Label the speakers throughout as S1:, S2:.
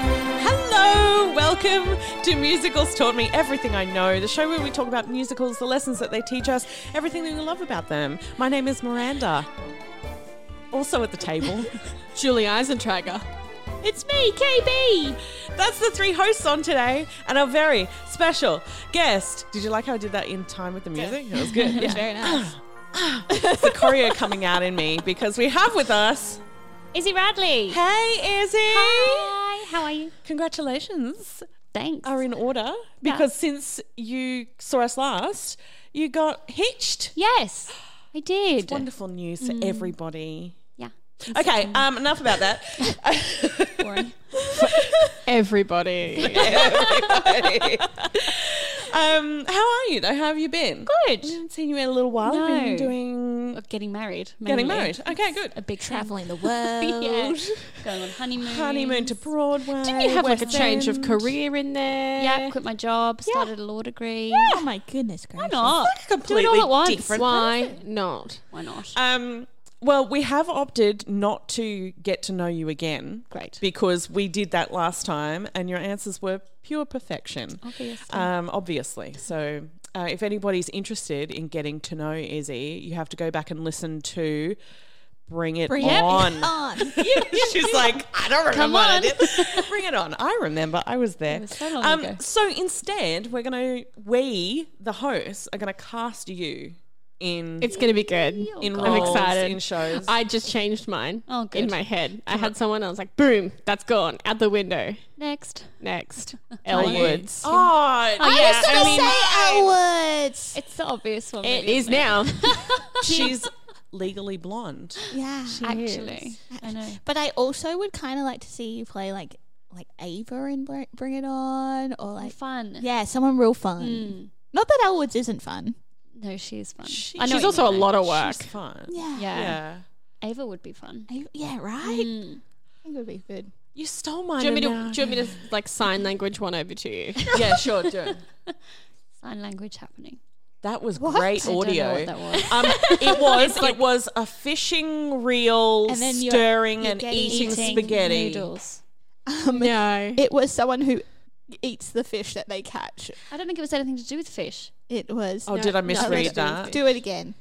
S1: Hello, welcome to Musicals Taught Me Everything I Know, the show where we talk about musicals, the lessons that they teach us, everything that we love about them. My name is Miranda. Also at the table,
S2: Julie Eisentrager.
S1: it's me, KB. That's the three hosts on today, and our very special guest. Did you like how I did that in time with the music? It was good. Yeah.
S2: Very nice.
S1: It's the choreo coming out in me because we have with us.
S2: Izzy Radley.
S1: Hey, Izzy.
S2: Hi. How are you? Oh,
S1: Congratulations.
S2: Thanks.
S1: are in order because since you saw us last, you got hitched.
S2: yes, I did.
S1: Wonderful news for
S3: Mm.
S1: everybody.
S2: Yeah.
S1: Okay, um, enough about that.
S3: Everybody.
S1: Everybody. um, how are you though? How have you been?
S2: Good.
S1: I haven't seen you in a little while. I've been
S2: No.
S1: doing
S2: Getting married.
S1: getting
S2: mainly.
S1: married. Okay, good.
S2: A big traveling the
S3: world.
S2: Going on honeymoon.
S1: Honeymoon to Broadway.
S3: Didn't you have like a
S1: West
S3: change of
S1: End?
S3: career in there?
S2: Yeah. Quit my job. Started a law degree.
S4: Oh my goodness gracious.
S2: Why not?
S1: Completely
S2: Do it all at once.
S1: different.
S3: Why not?
S2: Why not?
S1: Um, well, we have opted not to get to know you again.
S2: Great.
S1: Because we did that last time and your answers were pure perfection.
S2: Obviously.
S1: Um, obviously. So uh, if anybody's interested in getting to know Izzy, you have to go back and listen to Bring It
S2: Bring It
S1: On.
S4: On.
S1: She's like, I don't remember
S2: Come
S1: what I
S2: on.
S1: did. Bring it on. I remember. I was there. Um,
S2: was so long ago.
S1: So instead, we're going to, we, the hosts, are going to cast you in
S3: It's going to be good.
S1: in
S2: I'm
S1: roles,
S3: excited.
S1: in shows.
S3: I just changed mine
S2: Oh, good.
S3: in my head. I had someone, I was like, boom, that's gone. Out the window.
S2: Next.
S3: Next. Elle
S1: you?
S3: Woods.
S1: oh, I
S2: yeah, I mean-
S4: Outwards.
S2: It's the obvious one.
S3: It
S2: really,
S3: is
S2: isn't it?
S3: now.
S1: she's legally blonde.
S4: Yeah.
S2: Actually, I know.
S4: But I also would kind of like to see you play like like Ava in Br- Bring It On or like
S2: Fun.
S4: yeah, someone real fun. Not that Elwoods isn't fun.
S2: No, she is fun.
S1: She-
S2: I know
S3: She's
S2: what you
S3: also a
S2: mean,
S3: lot
S2: though.
S3: of work.
S1: She's fun.
S4: Yeah.
S2: Yeah. Mm.
S1: Yeah.
S2: Ava would be fun. Hmm.
S4: I- yeah, right? I think it would be good.
S1: You stole mine.
S3: Do you, want me to,
S1: and
S3: do you want me to like sign language one over to you?
S1: now- yeah, sure, do.
S2: Sign language happening.
S1: That was
S4: What?
S1: great
S2: I don't know
S1: audio.
S2: what that was.
S1: Um, it was it was a fishing reel
S4: And then you're-
S1: stirring
S4: you're
S1: and
S4: getting-
S1: eating,
S2: Eating
S1: spaghetti.
S2: noodles.
S4: Um,
S3: no.
S4: It was someone who eats the fish that they catch.
S2: I don't think it was anything to do with fish.
S4: It was.
S1: Oh, did I
S4: No,
S1: misread
S4: no,
S1: that?
S4: Do it again.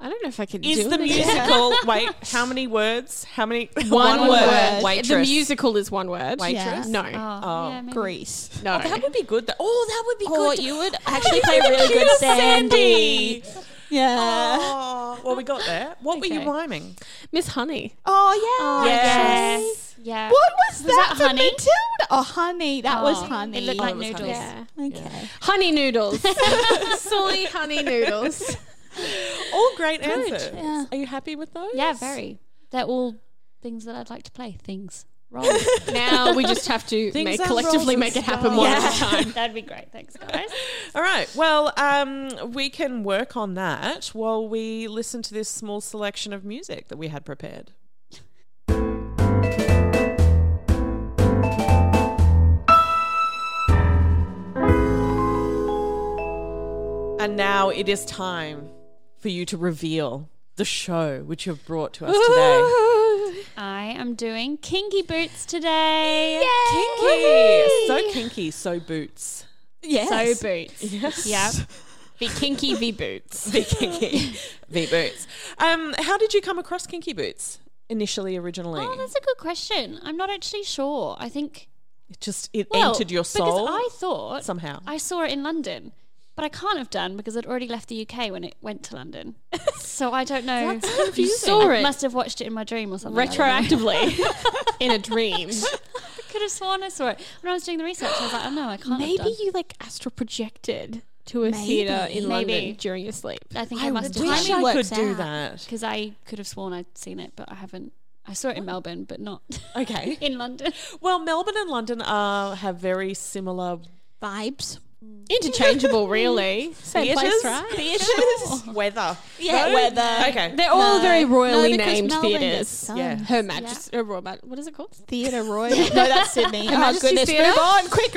S3: I don't know if I can
S1: Is
S3: do
S1: the
S3: it.
S1: musical wait? How many words? How many?
S3: One,
S4: One
S3: word.
S4: word.
S1: Waitress.
S3: The musical is one word.
S4: Waitress?
S3: No.
S2: Oh, yeah, maybe.
S4: Greece.
S3: No.
S1: That would be good. though. Oh, that would be
S4: Or
S1: good.
S4: you would actually play really good Sandy. Yeah.
S1: Oh, well, we got there. What were
S2: Okay.
S1: you rhyming?
S3: Miss Honey.
S4: Oh, yeah.
S1: Yes.
S2: Yeah.
S4: What was, that?
S2: that
S4: for
S2: honey?
S4: Matilda? Oh, honey. That was
S2: Oh,
S4: honey.
S2: It looked like
S1: Oh, it was
S2: noodles.
S3: Yeah.
S4: Okay.
S3: Honey noodles. Silly honey noodles.
S1: All great answers.
S4: Yeah.
S1: Are you happy with those?
S2: Yeah, very. They're all things that I'd like to play. Things. Roles.
S3: Now we just have to make,
S1: are rolls
S3: collectively make it
S1: and
S3: happen
S1: stars.
S3: one
S4: Yeah.
S3: at a time.
S2: That'd be great. Thanks, guys.
S1: All right. Well, um, we can work on that while we listen to this small selection of music that we had prepared. And now it is time for you to reveal the show which you have brought to us today.
S2: I am doing kinky boots today.
S1: Kinky. So kinky, so boots.
S4: Yes.
S2: So boots. Yep.
S3: Be kinky, be boots.
S1: Be kinky. Be boots. Um, how did you come across kinky boots initially, originally?
S2: Oh, that's a good question. I'm not actually sure. I think
S1: it just it
S2: well,
S1: entered your soul.
S2: because I thought
S1: somehow.
S2: I saw it in London, but I can't have done because I'd already left the UK when it went to London. so I don't know.
S3: You saw
S2: I
S3: it
S2: must have watched it in my dream or something. I don't know.
S3: retroactively in a dream.
S2: I could have sworn I saw it when I was doing the research. I was like, oh no, I can't. have
S3: Maybe
S2: done.
S3: you like astral projected to a
S4: Maybe.
S3: theater in
S2: Maybe.
S3: London during your sleep.
S2: I think I, must have
S4: wish
S2: done
S4: I
S1: I could
S4: works
S1: do
S4: out.
S1: that.
S2: because I could have sworn I'd seen it, but I haven't. I saw it in Melbourne, but not
S1: Okay.
S2: in London.
S1: Well, Melbourne and London are have very similar
S4: Vibes.
S3: Interchangeable, really.
S1: theatres,
S3: place, right?
S1: theatres, weather.
S4: Yeah,
S1: No?
S4: weather.
S1: Okay.
S3: They're all very royally
S4: no, because
S3: named
S4: Melbourne gets
S3: theaters.
S4: sun.
S1: Yeah.
S3: Her Majesty, Her Royal Ma- what is it called?
S4: Theatre Royal. no, that's Sydney. oh, my
S3: Majesty's
S4: goodness.
S3: Theatre?
S4: Move on, quick,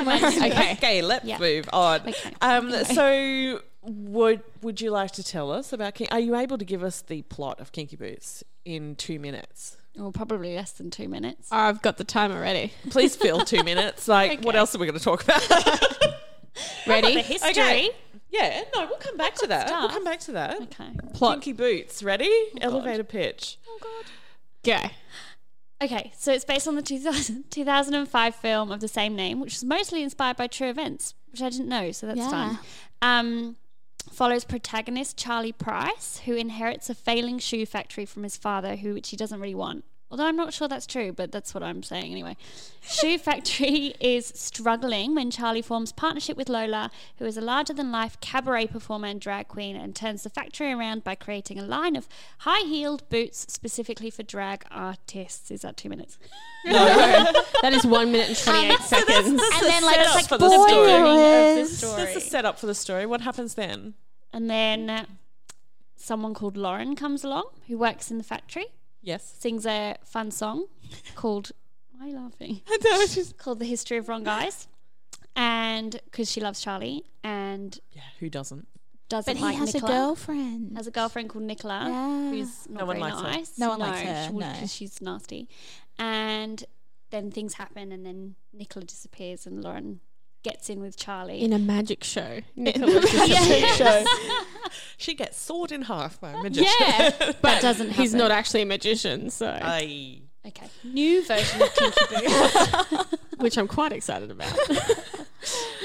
S3: Okay.
S1: Okay. let's
S2: Yeah.
S1: move on.
S2: Okay.
S1: Um, So, would would you like to tell us about? Kin- Are you able to give us the plot of Kinky Boots in two minutes?
S2: Well, probably less than two minutes.
S3: Oh, I've got the time already.
S1: Please fill two minutes. Like, what else are we going to talk about?
S3: Ready?
S2: The history.
S1: Okay. Yeah, no, we'll come back to that. We'll come back to that.
S2: Okay. Oh,
S3: Plot.
S1: Kinky Boots, ready? Elevator pitch.
S3: Go.
S2: Okay, so it's based on the 2000, 2005 film of the same name, which was mostly inspired by true events, which I didn't know, so that's
S4: Yeah.
S2: fun. Um, follows protagonist Charlie Price, who inherits a failing shoe factory from his father, who which he doesn't really want. Although I'm not sure that's true, but that's what I'm saying anyway. Shoe Factory is struggling when Charlie forms partnership with Lola, who is a larger-than-life cabaret performer and drag queen, and turns the factory around by creating a line of high-heeled boots specifically for drag artists. Is that two minutes?
S3: That is one minute and 28 seconds.
S1: This is
S4: And then,
S1: a
S4: like,
S1: setup
S4: it's like
S1: for the story.
S4: boilers.
S1: This is a setup for the story. What happens then?
S2: And then uh, someone called Lauren comes along who works in the factory,
S1: Yes.
S2: sings a fun song called Why are you laughing? called The History of Wrong Guys. And because she loves Charlie and
S1: Yeah, who doesn't?
S2: doesn't
S4: But he
S2: like
S4: has
S2: Nicola.
S4: a girlfriend.
S2: Has a girlfriend called Nicola,
S4: Yeah.
S2: who's not
S1: No one
S2: very
S1: likes her.
S2: nice.
S4: No one likes her,
S2: she wouldn't,
S4: no.
S2: 'cause she's nasty. And then things happen, and then Nicola disappears, and Lauren gets in with Charlie.
S3: In a magic show. Nicola just
S1: She gets sawed in half by a magician.
S3: Yeah, but that
S2: doesn't
S3: He's
S2: happen.
S3: not actually a magician, so
S1: Aye.
S2: okay, new version of Kinky Boots.
S3: which I'm quite excited about.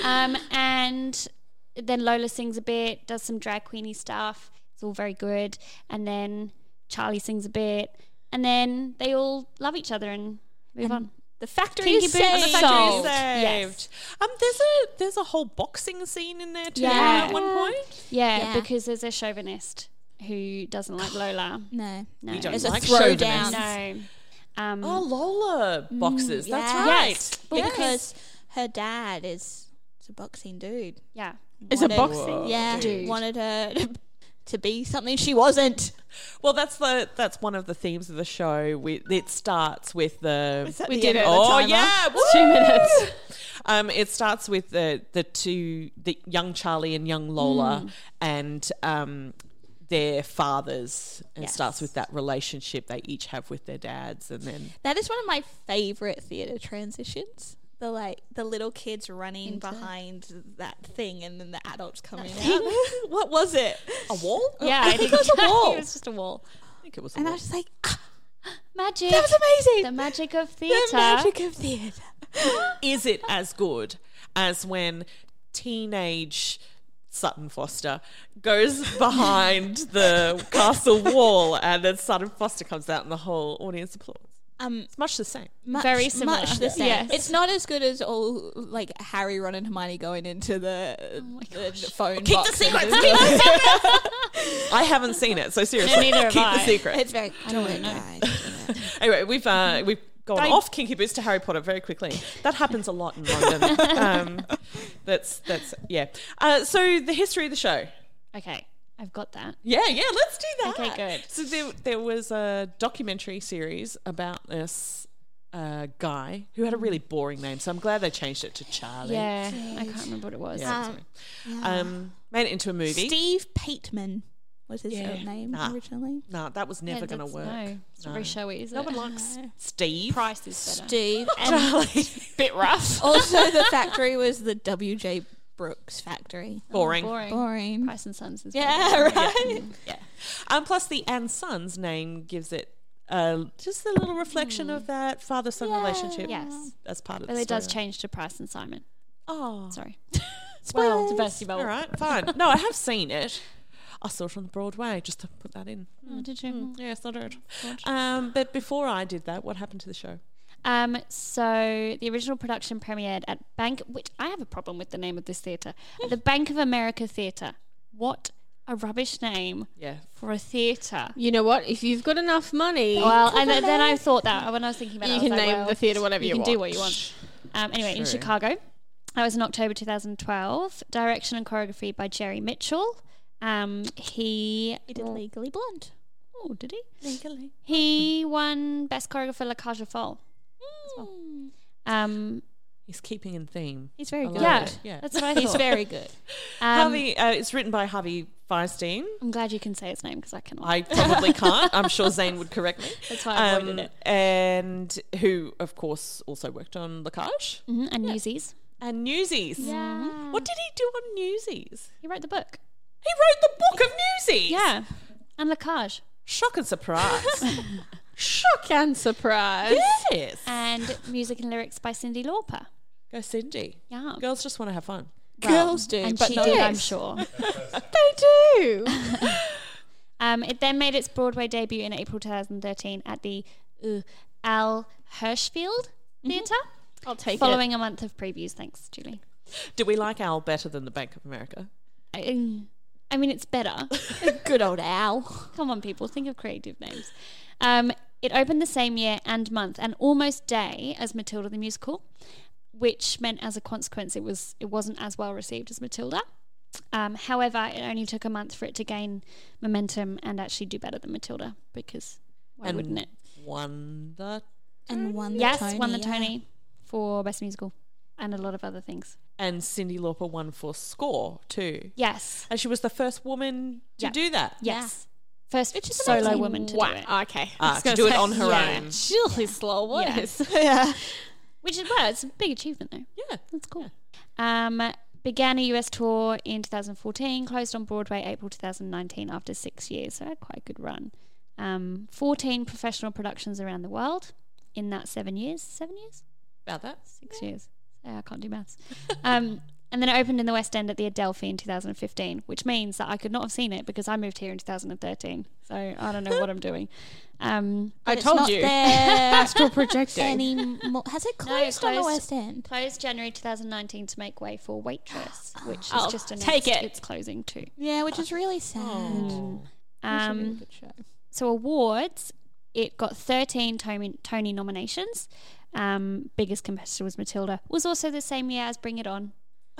S2: Um, and then Lola sings a bit, does some drag queeny stuff. It's all very good. And then Charlie sings a bit, and then they all love each other and move on.
S3: The factory
S2: Kinky Boots
S1: And the
S2: saved.
S1: factory is
S2: Solved.
S1: saved.
S2: Yes.
S1: Um, there's a there's a whole boxing scene in there too
S2: Yeah.
S1: at one point.
S2: Yeah,
S4: Yeah.
S2: because there's a chauvinist who doesn't like Lola.
S4: No.
S2: No,
S1: don't
S4: There's a
S1: Like
S4: throwdown.
S2: no. Um,
S1: Oh, Lola boxes. That's
S4: yeah.
S1: right.
S2: Yes.
S4: Because her dad is it's a boxing dude.
S2: yeah.
S3: It's a
S4: Wanted-
S3: boxing.
S4: Yeah,
S2: dude.
S4: wanted her to be something she wasn't.
S1: Well, that's the that's one of the themes of the show. We, it starts with the
S3: We did it.
S1: oh yeah, woo!
S3: Two minutes.
S1: Um, it starts with the the two the young Charlie and young Lola and um their fathers and
S2: Yes.
S1: starts with that relationship they each have with their dads and then
S4: That is one of my favorite theater transitions. The like the little kids running behind that thing, and then the adults coming out. what was it?
S1: a wall
S2: Yeah,
S4: I think it was a wall.
S2: it was just a wall.
S1: I think it was a
S4: And I
S1: wall.
S4: was just like, ah,
S2: Magic.
S4: that was
S2: The
S4: amazing.
S2: magic of theatre.
S4: The, magic of theater.
S1: is it as good as when teenage Sutton Foster goes behind the castle wall and then Sutton Foster comes out and the whole audience applauds?
S4: Um,
S1: It's much the same.
S4: much,
S2: Very similar.
S4: Much the same.
S2: Yes.
S4: It's not as good as all like Harry, Ron, and Hermione going into the, the phone box. and just-
S1: I haven't seen it, so seriously,
S2: neither have
S1: keep the
S2: I.
S1: secret.
S4: It's very. I don't know.
S1: anyway, we've uh, we've gone
S2: I-
S1: off Kinky Boots to Harry Potter very quickly. That happens a lot in London. um, that's that's yeah. Uh, so the history of the show.
S2: Okay, I've got that.
S1: Yeah, yeah, let's do that.
S2: Okay, good.
S1: So there, there was a documentary series about this uh, guy who had a really boring name. So I'm glad they changed it to Charlie.
S2: Yeah, I can't remember what it was.
S1: Yeah, sorry. Um, made it into a movie.
S4: Steve Pateman was his
S1: Yeah.
S4: name
S1: Nah.
S4: originally.
S1: no, that was never
S2: Yeah,
S1: going to
S2: that's-
S1: work.
S2: No, it's not very showy, is it? No
S1: one likes Steve.
S2: Price is better.
S4: Steve. And
S1: Charlie.
S3: Bit rough.
S4: also, the factory was the W.J. Brooks Factory.
S1: Boring.
S2: Boring.
S4: Boring.
S2: Price and Sons is
S4: Yeah, right.
S1: Um, plus the and son's name gives it uh, just a little reflection of that father son relationship.
S2: Hmm. yes.
S1: As part of
S2: But
S1: the
S2: it does
S1: story.
S2: change to Price and Simon.
S1: Oh,
S2: Sorry.
S1: well,
S3: Diversity bubble.
S1: all right, fine. No, I have seen it. I saw it on Broadway. Just to put that in.
S2: Oh, did you?
S1: Yes, I did. Um, but before I did that, what happened to the show?
S2: Um, so the original production premiered at Bank, which I have a problem with the name of this theatre, at the Bank of America Theatre. What a rubbish name
S1: Yeah.
S2: for a theatre.
S3: You know what? If you've got enough money,
S2: Well, and then then I thought that when I was thinking about it,
S3: you
S2: I
S3: can
S2: was like,
S3: name
S2: well,
S3: the theatre whatever you,
S2: can
S3: want.
S2: do what you want. Um, anyway, in
S1: True.
S2: Chicago, that was in October 2012. Direction and choreography by Jerry Mitchell. Um, he
S4: He did Legally Blonde.
S2: oh, did he?
S4: Legally.
S2: He won best choreographer for La Cage aux Folles. as well. Um,
S1: He's keeping in theme.
S4: He's very
S1: I
S4: good.
S1: like
S2: yeah,
S1: it. Yeah.
S2: that's what I thought.
S4: He's very good.
S2: Um,
S1: Harvey, uh, it's written by Harvey Fierstein.
S2: I'm glad you can say its name because I cannot.
S1: I probably can't. I'm sure Zane would correct me. Um,
S2: That's why I avoided it.
S1: And who, of course, also worked on Lacage
S2: Mhm, and Newsies.
S1: and Newsies.
S2: Yeah.
S1: What did he do on Newsies?
S2: He wrote the book.
S1: He wrote the book of Newsies.
S2: Yeah. And Lacage.
S1: Shock and surprise.
S3: Shock and surprise.
S1: yes.
S2: And music and lyrics by Cindy Lauper.
S1: Go Cindy.
S2: Yeah.
S1: Girls just want to have fun.
S4: Girls do,
S2: And
S4: but
S2: she
S4: not
S2: did,
S4: us.
S2: I'm sure.
S3: They do.
S2: Um, it then made its Broadway debut in April 2013 at the uh, Al Hirschfield Theatre,
S3: I'll take
S2: following a month of previews. Thanks, Julie.
S1: Do we like Al better than the Bank of America?
S2: I, I mean, it's better.
S4: Good old Al.
S2: Come on, people, think of creative names. Um, it opened the same year and month and almost day as Matilda the Musical, which meant as a consequence it was it wasn't as well received as Matilda. Um, however, it only took a month for it to gain momentum and actually do better than Matilda because why
S1: And-
S2: wouldn't it?
S1: One the
S4: And won the
S2: Mm, yes,
S4: Tony.
S2: won the
S4: yeah.
S2: Tony for Best Musical and a lot of other things.
S1: and Cindy Lauper won for score too.
S2: Yes,
S1: And she was the first woman to
S2: Yeah.
S1: do that.
S2: yes. First
S4: Which is
S2: solo
S4: amazing.
S2: woman to do it.
S3: Wow. Okay. I
S1: Ah, to
S3: was gonna
S1: do it
S3: say,
S1: on her
S2: yeah.
S1: own.
S3: Surely slow. What
S2: Yeah.
S3: is-
S2: Which is well, it's a big achievement though.
S1: Yeah.
S2: That's cool. Um, began a US tour in 2014, closed on Broadway April 2019 after six years, so had quite a good run. Um, 14 professional productions around the world in that seven years. Seven years?
S1: About that.
S2: Six years. Yeah, I can't do maths. um, and then it opened in the West End at the Adelphi in 2015, which means that I could not have seen it because I moved here in 2013. So I don't know what I'm doing. Um,
S3: I
S4: But it's
S3: told
S4: not
S3: you.
S4: There
S3: Astral projecting.
S4: any more. Has it closed,
S2: No, it
S4: on the
S2: closed.
S4: West End?
S2: Closed January 2019 to make way for Waitress, which is
S3: Oh,
S2: just announced
S3: take it.
S2: it's closing too.
S4: Yeah, which is really sad.
S1: Oh.
S2: Um, so awards, it got 13 Tony, Tony nominations. Um, biggest competitor was Matilda. Was also the same year as Bring It On.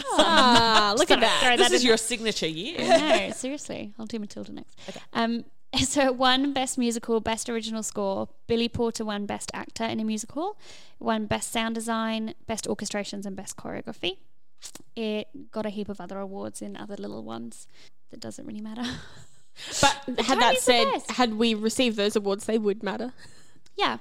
S2: Oh.
S3: Ah, look at that.
S1: This is your signature year.
S2: no, seriously, I'll do Matilda next. Um, so it won Best Musical, Best Original Score. Billy Porter won Best Actor in a Musical, won Best Sound Design, Best Orchestrations, and Best Choreography. It got a heap of other awards in other little ones. That doesn't really matter.
S3: But had that
S2: Tony's the
S3: said,
S2: best.
S3: had we received those awards, they would matter.
S2: yeah.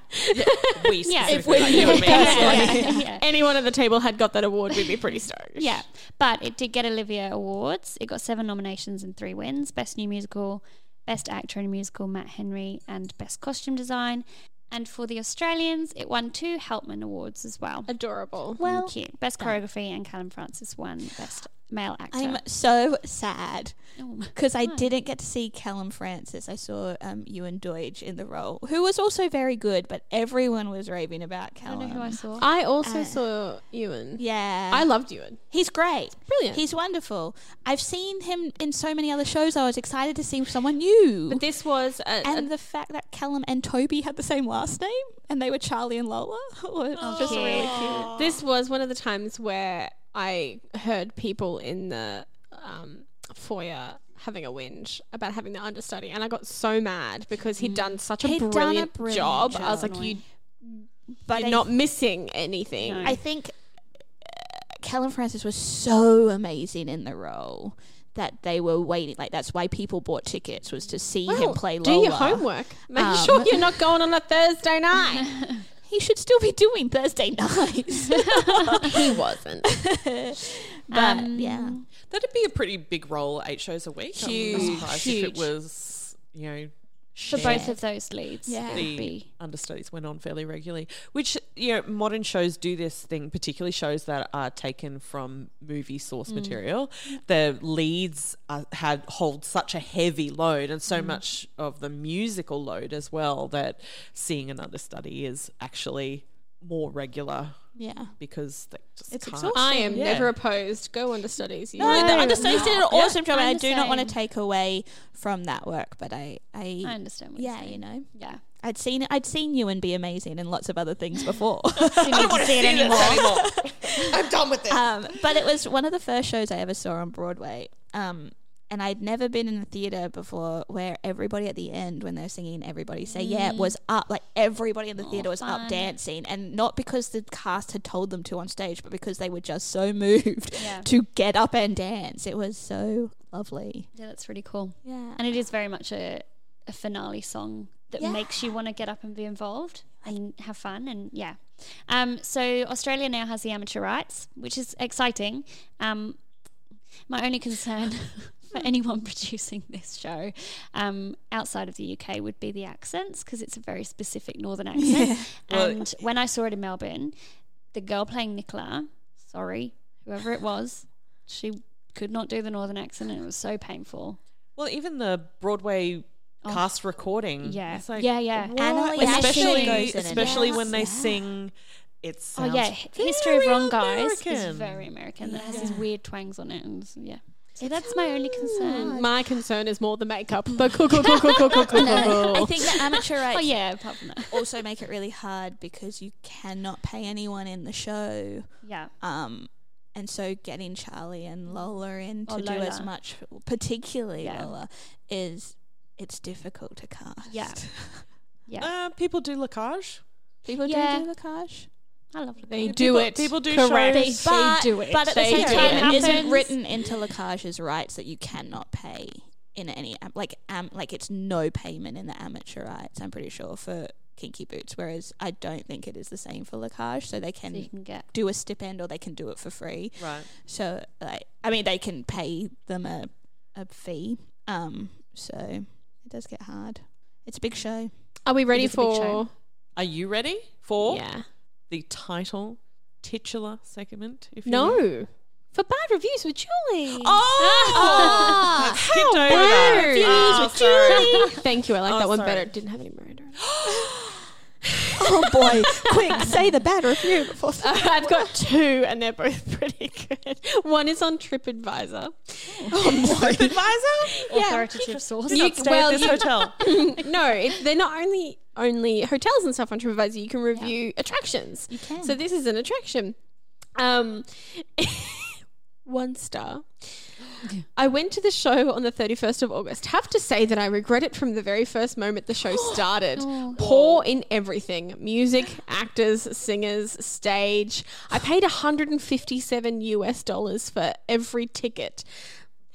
S1: We
S2: Yeah.
S1: specifically, like you and me.
S2: yeah.
S3: Anyone at the table had got that award, we'd be pretty stoked.
S2: Yeah, but it did get Olivia awards. It got seven nominations and three wins: best new musical, best actor in a musical, Matt Henry, and best costume design. And for the Australians, it won two Helpman awards as well.
S3: Adorable.
S2: Well, cute. Best choreography, and Callum Francis won best male actor.
S4: I'm so sad
S2: Oh,
S4: because I
S2: Why?
S4: didn't get to see Callum Francis. I saw um, Ewan Deutsch in the role, who was also very good, but everyone was raving about
S2: I don't
S4: Callum.
S2: know who I saw.
S4: Oh,
S3: I also saw Ewan.
S4: yeah,
S3: I loved Ewan.
S4: he's great.
S3: Brilliant.
S4: He's wonderful. I've seen him in so many other shows. I was excited to see someone new.
S3: but uh, this was a,
S4: and the fact that Callum and Toby had the same last name and they were Charlie and Lola was
S3: Oh,
S4: just
S2: cute.
S4: really cute.
S3: a- this was one of the times where I heard people in the um, foyer having a whinge about having the understudy, and I got so mad because he'd done such a,
S4: Mm. He'd done a
S3: brilliant,
S4: brilliant
S3: job. I was
S2: job.
S3: like, you,
S4: But
S3: you're
S4: I-
S3: not missing anything.
S2: No.
S4: I think uh, Callum Francis was so amazing in the role that they were waiting. Like that's why people bought tickets was to see him
S3: Well,
S4: play Lola.
S3: Do your homework. Make
S4: Um,
S3: sure you're not going on a Thursday night.
S4: He should still be doing Thursday nights.
S3: he wasn't.
S4: But yeah,
S3: Um,
S1: That'd be a pretty big role, eight shows a week. I wouldn't
S3: Huge,
S1: be surprised if it
S3: huge.
S1: was, you know,
S2: for
S1: shared.
S2: both of those leads.
S4: Yeah.
S2: Yeah.
S1: the
S2: Be.
S1: understudies went on fairly regularly, which you know modern shows do this thing, particularly shows that are taken from movie source
S2: Mm.
S1: material. The leads are, had hold such a heavy load and
S2: Mm.
S1: so much of the musical load as well that seeing another study is actually more regular
S4: yeah.
S1: because they just
S4: It's
S1: can't.
S4: exhausting.
S3: I am
S1: Yeah.
S3: never opposed. Go on to studies. You
S4: No, the understudies did an
S2: Yeah.
S4: awesome job, and I
S2: I'm
S4: do
S2: the
S4: not want to
S2: same.
S4: take away from that work. But I, I,
S2: I understand what you're
S4: yeah,
S2: saying.
S4: you know,
S2: Yeah.
S4: I'd seen I'd seen you and be amazing in lots of other things before.
S2: Didn't need to see it anymore.
S1: I'm done with this.
S4: um, but it was one of the first shows I ever saw on Broadway. Um, and I'd never been in a theater before where everybody at the end, when they're singing "Everybody Say Yeah," was up. Like everybody in the theater was up
S2: Mm. Oh, fun.
S4: dancing, and not because the cast had told them to on stage, but because they were just so moved
S2: Yeah.
S4: to get up and dance. It was so lovely.
S2: Yeah, that's really cool.
S4: Yeah,
S2: And it is very much a, a finale song that
S4: Yeah.
S2: makes you want to get up and be involved and have fun and yeah. Um, so Australia now has the amateur rights, which is exciting. Um, my only concern for anyone producing this show um, outside of the UK would be the accents because it's a very specific northern accent. And when I saw it in Melbourne, the girl playing Nicola, sorry, whoever it was, she could not do the northern accent and it was so painful.
S1: Well, even the Broadway cast recording.
S2: Oh. Yeah.
S1: Mm-hmm. It's like,
S2: Yeah, yeah.
S1: what?
S4: Anna Lee
S1: especially
S4: actually goes in and
S1: especially when they
S4: dances.
S1: sing it
S2: Oh
S1: sounds
S2: yeah, H- History of
S1: very
S2: Wrong Guys
S1: American.
S2: is very American. It has these weird twangs on it, and s- yeah. So that's my only concern.
S3: My concern is more the makeup, but cool, cool, cool, cool, cool, cool, cool, cool.
S4: I think the amateur rights
S2: Oh yeah, apart from that,
S4: also make it really hard because you cannot pay anyone in the show.
S2: yeah,
S4: Um, and so getting Charlie and Lola in to
S2: Or
S4: do as
S2: Lola.
S4: much, particularly
S2: Yeah.
S4: Lola, is it's difficult to cast.
S2: yeah, yeah.
S1: Uh, people do Lacage.
S4: people
S2: Yeah.
S4: do do Lacage,
S2: I love it.
S3: They do
S1: People-
S3: it.
S1: people do
S3: correct.
S1: shows. They
S3: do it.
S4: But at the
S3: They
S4: same
S3: do
S4: time,
S2: it.
S4: it isn't
S2: Happens.
S4: written into Lacage's rights that you cannot pay in any am- like am, like it's no payment in the amateur rights. I'm pretty sure for Kinky Boots, whereas I don't think it is the same for Lacage, so they
S2: So you
S4: can.
S2: can get
S4: Do a stipend, or they can do it for free.
S1: Right.
S4: So like I mean they can pay them a a fee. Um so it does get hard. It's a big show.
S3: Are we ready
S2: is a big
S3: for?
S2: show.
S1: Are you ready for
S3: Yeah.
S1: the title titular segment? If you Oh. will?
S3: No. For bad reviews with Julie.
S1: Oh, I've skipped over that.
S3: Ah! rude.
S1: Oh,
S3: Reviews
S1: sorry.
S3: Thank you. I like
S1: Oh,
S3: that one
S1: sorry.
S3: better. It didn't have any murder. in it.
S4: Oh boy. Quick, say the bad review before
S3: I've got two, and they're both pretty good. One is on TripAdvisor.
S1: Oh, TripAdvisor.
S2: authoritative source.
S1: You not stay
S3: well,
S1: at this
S3: you-
S1: hotel.
S3: no, it, they're not only only hotels and stuff on TripAdvisor. You can review attractions. You
S4: can.
S3: So this is an attraction. Um, one star. I went to the show on the 31st of August. Have to say that I regret it from the very first moment the show started.
S4: Oh.
S3: Poor in everything music, actors, singers, stage. I paid 157 US dollars for every ticket.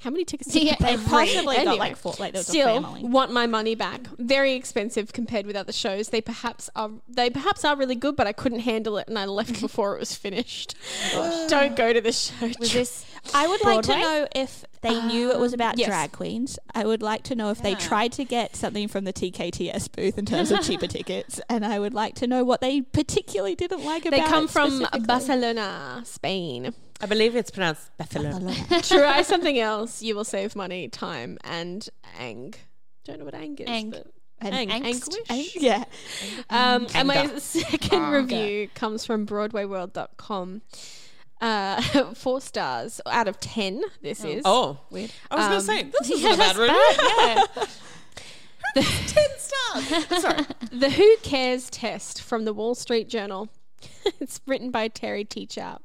S3: How many tickets did
S2: Yeah,
S3: you pay?
S2: every-
S3: for?
S4: possibly got,
S3: Anyway
S4: like, four- like, there was a
S3: still
S4: family.
S3: want my money back. Very expensive compared with other shows. They perhaps are they perhaps are really good, but I couldn't handle it and I left before it was finished. Don't go to the show.
S2: Was this?
S4: I would like
S2: Broadway? Ah,
S4: to know if they knew it was about
S3: yes.
S4: drag queens. I would like to know if they tried to get something from the TKTS booth in terms of cheaper tickets. And I would like to know what they particularly didn't like about
S3: They come
S4: it
S3: from
S4: specifically.
S3: Barcelona, Spain.
S1: I believe it's pronounced Barcelona.
S3: Try something else. You will save money, time, and ang. Don't know what ang is.
S2: Ang.
S3: but-
S4: And-
S1: Ang.
S3: Anguish.
S4: yeah.
S3: Um, and my
S1: Anger.
S3: second review comes from BroadwayWorld.com. Uh, four stars out of ten. This is
S1: Oh, weird. I was
S3: Um,
S1: going to say this is
S2: Yeah,
S1: a bad
S2: that's
S1: room.
S2: bad, yeah.
S3: The Who Cares Test from the Wall Street Journal. it's written by Terry Teachout.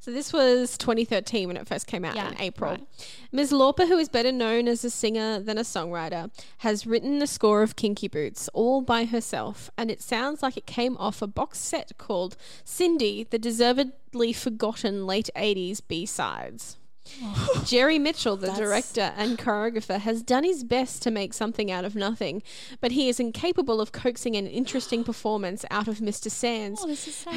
S3: So this was 2013 when it first came out
S2: Yeah,
S3: in April.
S2: right.
S3: Ms. Lauper, who is better known as a singer than a songwriter, has written the score of Kinky Boots all by herself, and it sounds like it came off a box set called Cindy, the deservedly forgotten late 80s B-sides. Jerry Mitchell, the director and choreographer, has done his best to make something out of nothing, but he is incapable of coaxing an interesting performance out of Mr. Sands,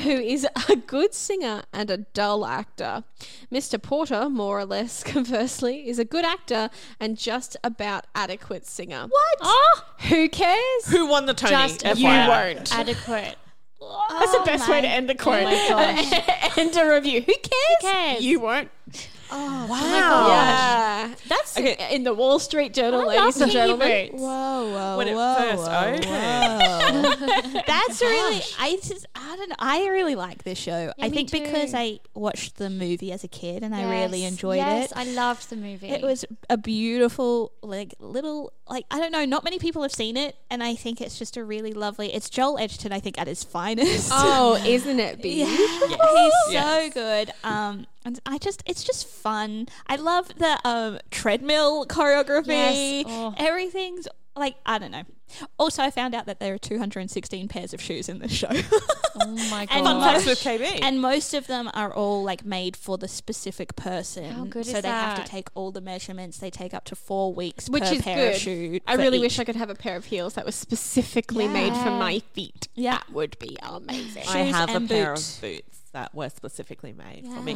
S3: who Oh, is a good singer and a dull actor. Mr. Porter, more or less, conversely, is a good actor and just about adequate singer. What? Who cares?
S1: Who won the Tony?
S2: Just
S1: FYI.
S2: you
S1: won't.
S2: Adequate.
S1: That's the best way to end a quote.
S2: my gosh.
S3: End a review. Who cares?
S2: cares?
S1: You Oh won't.
S3: Wow. Yeah. Uh, That's
S1: Okay.
S3: in the Wall Street Journal,
S2: I love
S3: ladies and
S2: Kinky
S3: gentlemen.
S2: Boots.
S4: Whoa, whoa,
S1: When it
S4: whoa,
S1: first
S4: whoa,
S1: opened.
S4: whoa. That's really. I just. I don't. know. I really like this show. I
S2: me
S4: think because
S2: too.
S4: I watched the movie as a kid and I really
S2: Yes,
S4: enjoyed
S2: yes,
S4: it.
S2: I loved the movie.
S4: It was a beautiful, like little, like I don't know. Not many people have seen it, and I think it's just a really lovely. It's Joel Edgerton, I think, at his finest.
S3: Oh, isn't it beautiful?
S4: He's so
S1: Yes.
S4: good. Um, and I just, it's just fun. I love the um, treadmill choreography.
S2: Yes. Oh.
S4: Everything's like, I don't know. Also, I found out that there are 216 pairs of shoes in this show.
S2: oh my
S4: and
S1: Fun facts
S4: most-
S1: with KB.
S4: and most of them are all like made for the specific person.
S2: How good
S4: so
S2: is
S4: they have
S2: that?
S4: to take all the measurements. They take up to four weeks
S3: Which
S4: per
S3: is
S4: pair
S3: good.
S4: of shoe.
S3: I
S4: for
S3: really
S4: each.
S3: wish I could have a pair of heels that was specifically made for
S2: Yeah.
S3: my feet.
S4: Yeah.
S3: That would be amazing.
S1: I
S4: shoes
S1: have a
S4: and
S1: pair
S4: boots.
S1: of boots that were specifically made for me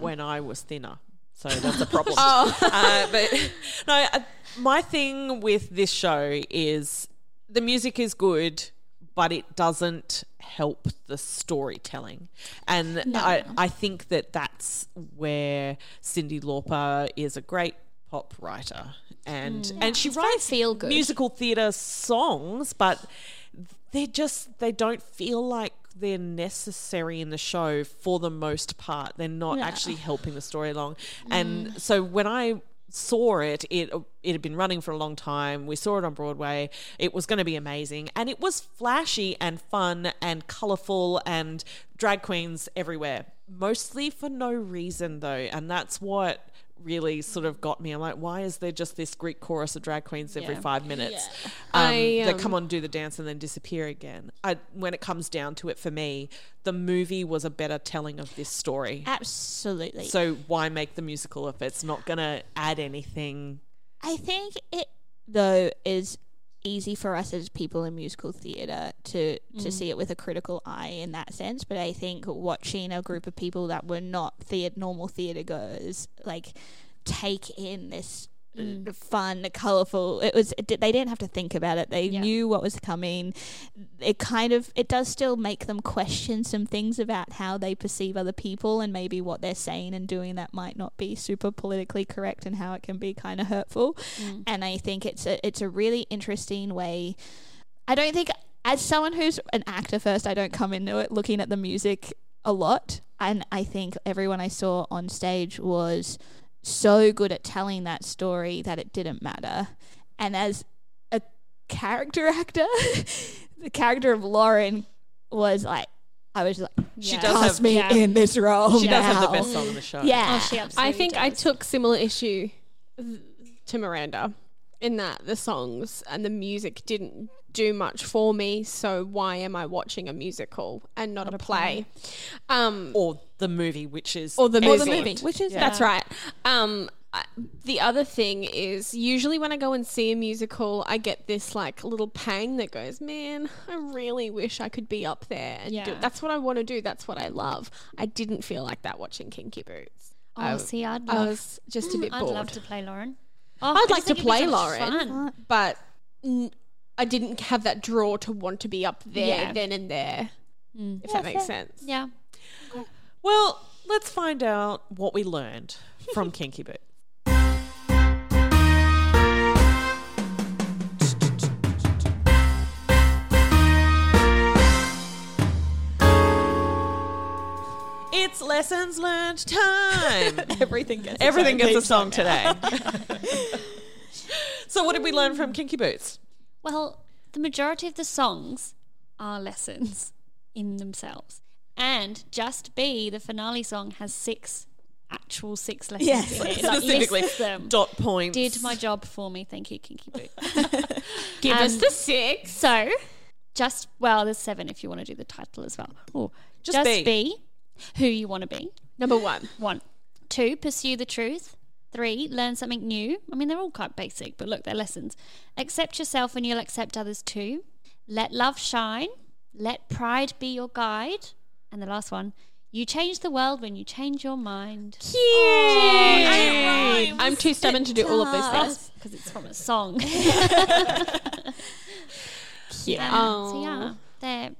S1: when I was thinner. So that's a problem.
S4: Oh.
S1: uh, but no, uh, my thing with this show is the music is good, but it doesn't help the storytelling. And I, I think that that's where Cindy Lauper is a great pop writer. And
S4: Mm.
S1: and she writes
S2: feel good.
S1: musical theatre songs, but they just they don't feel like they're necessary in the show for the most part. They're not actually helping the story along. And so when I saw it, it it had been running for a long time. We saw it on Broadway. It was going to be amazing, and it was flashy and fun and colorful and drag queens everywhere. Mostly for no reason though, and that's what really sort of got me. I'm like, why is there just this Greek chorus of drag queens every five minutes? Um,
S3: I,
S1: that
S3: um,
S1: come on, do the dance, and then disappear again. I, when it comes down to it, for me, the movie was a better telling of this story.
S4: Absolutely.
S1: So why make the musical if it's not going to add anything?
S4: I think it though is easy for us as people in musical theatre to to see it with a critical eye in that sense. But I think watching a group of people that were not theatre normal theatre goers like take in this uh, fun, colourful. It was it, di- they didn't have to think about it. They knew what was coming. It kind of it does still make them question some things about how they perceive other people and maybe what they're saying and doing that might not be super politically correct and how it can be kind of hurtful. And I think it's a it's a really interesting way. I don't think as someone who's an actor first, I don't come into it looking at the music a lot. And I think everyone I saw on stage was so good at telling that story that it didn't matter. And as a character actor, the character of Lauren was like, I was like,
S1: She
S2: Yeah.
S1: does
S2: Cast
S1: have
S4: me
S2: Yeah.
S4: in this role.
S1: she does have the
S4: now."
S1: best song in the show.
S4: Yeah.
S2: Oh, she
S3: I
S2: absolutely
S3: think I
S2: does.
S3: took similar issue th- to Miranda in that the songs and the music didn't do much for me. So why am I watching a musical and not, a, play? Um,
S1: Or the movie, which is
S3: or the
S1: excellent.
S3: movie,
S4: which is
S3: that's right. Um, I- the other thing is usually when I go and see a musical, I get this like little pang that goes, "Man, I really wish I could be up there and do
S2: Yeah.
S3: it. That's what I want to do. That's what I love." I didn't feel like that watching Kinky Boots.
S2: Oh, see, I'd
S3: I
S2: love,
S3: was just a bit
S2: I'd
S3: bored.
S2: love to play Lauren. Oh,
S3: I'd
S2: I just
S3: like to
S2: think it'd be
S3: play
S2: so much
S3: Lauren.
S2: fun.
S3: but n- I didn't have that draw to want to be up there
S2: Yeah. Mm.
S3: then and there. If that makes sense.
S2: Yeah.
S1: Well, let's find out what we learned from Kinky Boot. It's lessons learned time.
S4: Everything gets
S1: Everything gets a song today. so, what did we learn from Kinky Boots?
S2: Well, the majority of the songs are lessons in themselves. And Just Be, the finale song, has six actual six lessons.
S4: Yes.
S2: in it. It, like,
S1: Specifically,
S2: lists them.
S1: dot points.
S2: Did my job for me. Thank you, Kinky Boo.
S3: Give us
S2: Um,
S3: the six.
S2: so, just, well, there's seven if you want to do the title as well. Ooh.
S1: Just
S2: just
S1: be.
S2: be who you want to be.
S3: Number one.
S2: One. Two, pursue the truth. Three, learn something new. I mean, they're all quite basic, but look, they're lessons. Accept yourself and you'll accept others too. Let love shine. Let pride be your guide. And the last one, you change the world when you change your mind.
S3: Cute. I'm too stubborn to do all of those things.
S2: Because it's from a song.
S3: Yeah.
S2: Um, so yeah, they're,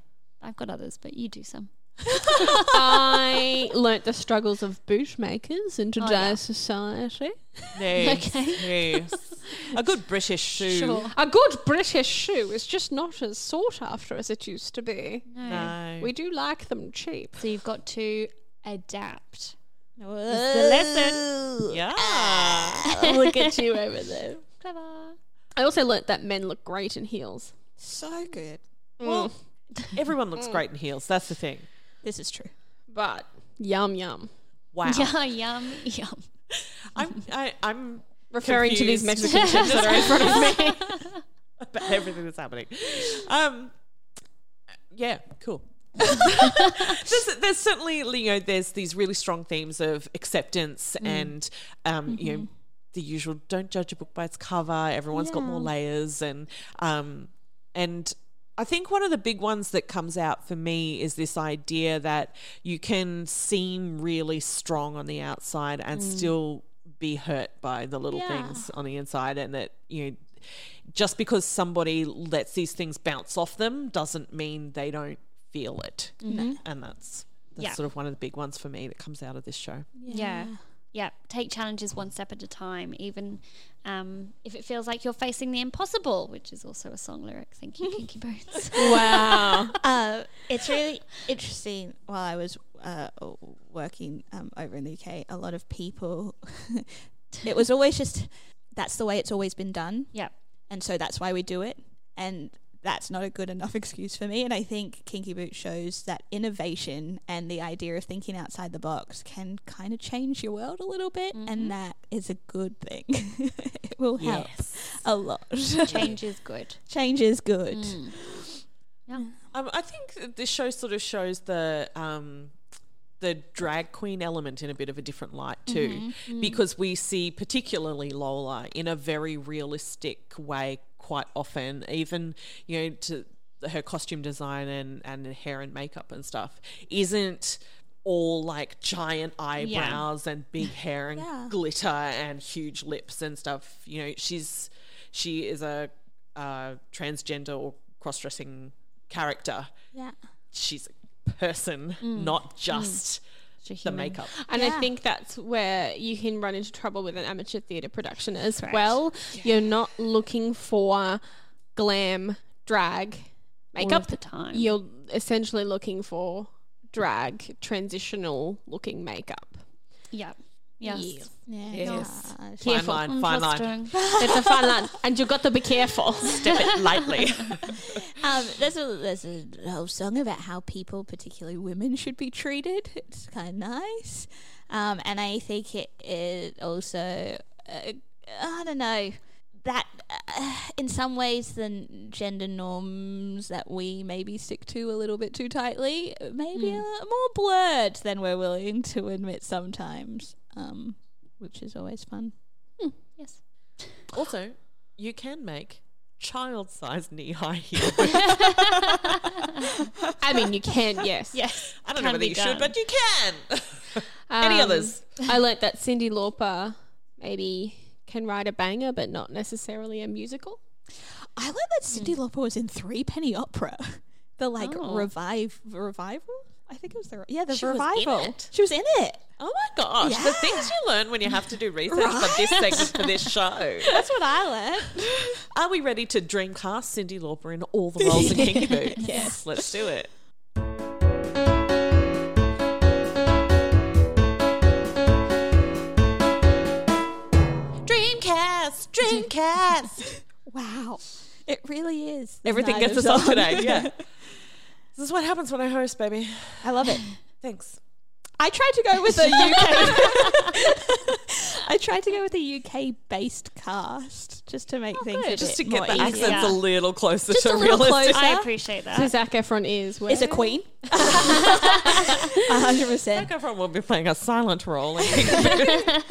S2: I've got others, but you do some.
S3: I learnt the struggles of bootmakers in today's
S2: yeah.
S3: society.
S1: Yes, yes. A good British shoe.
S3: A good British shoe is just not as sought after as it used to be.
S1: No.
S3: We do like them cheap.
S2: So you've got to adapt.
S1: yeah.
S3: Look at you over there.
S2: Clever.
S3: I also learnt that men look great in heels.
S4: So good.
S3: Mm.
S1: Well, everyone looks great in heels. That's the thing.
S4: This is true.
S3: But yum yum.
S1: Wow.
S2: Yeah, yum, yum.
S1: I'm, I, I'm
S3: Referring to these
S1: confused.
S3: Mexican chips that are in front of me.
S1: about everything that's happening. Um, yeah, cool. there's, there's certainly you know there's these really strong themes of acceptance and um, you know the usual don't judge a book by its cover. Everyone's got more layers and um, and I think one of the big ones that comes out for me is this idea that you can seem really strong on the outside and still be hurt by the little
S2: Yeah.
S1: things on the inside and that you know just because somebody lets these things bounce off them doesn't mean they don't feel it. And that's that's
S2: Yeah.
S1: sort of one of the big ones for me that comes out of this show.
S2: Yeah. yeah. Take challenges one step at a time, even um, if it feels like you're facing the impossible, which is also a song lyric. Thank you, Kinky Boots.
S3: Wow.
S4: Uh, it's really interesting. While I was uh, working um, over in the UK, a lot of people, it was always just that's the way it's always been done,
S2: yeah.
S4: and so that's why we do it, and that's not a good enough excuse for me. And I think Kinky Boot shows that innovation and the idea of thinking outside the box can kind of change your world a little bit,
S3: Mm-hmm.
S4: and that is a good thing. it will help a lot.
S2: Change is good.
S4: Change is good.
S3: Mm.
S2: Yeah.
S1: Um, I think that this show sort of shows the um, the drag queen element in a bit of a different light too, because we see particularly Lola in a very realistic way quite often, even you know to her costume design and and hair and makeup and stuff isn't all like giant eyebrows and big hair and glitter and huge lips and stuff. You know, she's she is a uh, transgender or cross dressing character.
S4: Yeah.
S1: She's a person,
S2: Mm.
S1: not just the makeup.
S3: And I think that's where you can run into trouble with an amateur theatre production as well. You're not looking for glam drag
S2: All
S3: makeup.
S2: of the time.
S3: You're essentially looking for drag transitional looking makeup.
S2: Yeah. Yes. Mm,
S4: Yeah.
S3: Yes.
S4: Gosh.
S1: Fine line, fine line.
S2: Unflattering.
S3: It's a fine line, and you've got to be careful.
S1: Step it lightly.
S4: Um, there's a there's a whole song about how people, particularly women, should be treated. It's kind of nice, um, and I think it, it also uh, I don't know that uh, in some ways the n- gender norms that we maybe stick to a little bit too tightly maybe a lot more blurred than we're willing to admit sometimes, um, which is always fun.
S2: Yes.
S1: also, you can make child sized knee high heels.
S3: I mean, you can, yes.
S2: Yes.
S1: I don't
S2: Can
S1: know whether
S2: be
S1: you
S2: done.
S1: should, but you can. Any
S3: Um,
S1: others?
S3: I learnt that Cindy Lauper maybe can write a banger, but not necessarily a musical.
S4: I learned that Cindy
S1: Mm.
S4: Lauper was in Three Penny Opera, the like
S2: Oh.
S4: revive revival. I think it was the yeah the
S1: She was in
S4: revival.
S1: it?
S4: She was in it.
S1: Oh my gosh, the
S4: Yeah.
S1: things you learn when you have to do research for this segment for this show.
S4: That's what I learned.
S1: Are we ready to dream cast Cindy Lauper in all the roles in Kinky Boots? yes. Let's do it. Dreamcast, Dreamcast.
S4: wow, it really is. the
S1: Everything
S4: night
S1: gets
S4: of
S1: us up
S4: song.
S1: today. Yeah. This is what happens when I host, baby.
S4: I love it.
S1: Thanks.
S4: I tried to go with a UK. I tried to go with a UK based cast just to make things a
S1: Oh, Just to
S4: bit
S1: get
S4: more
S1: the
S4: easy.
S1: accents a little closer
S4: Just
S1: to
S4: a little
S1: realistic.
S4: closer.
S2: I appreciate that.
S3: So Zac Efron is.
S4: Is it
S3: where?
S4: Queen? hundred percent.
S1: Zac Efron will be playing a silent role. in Kinky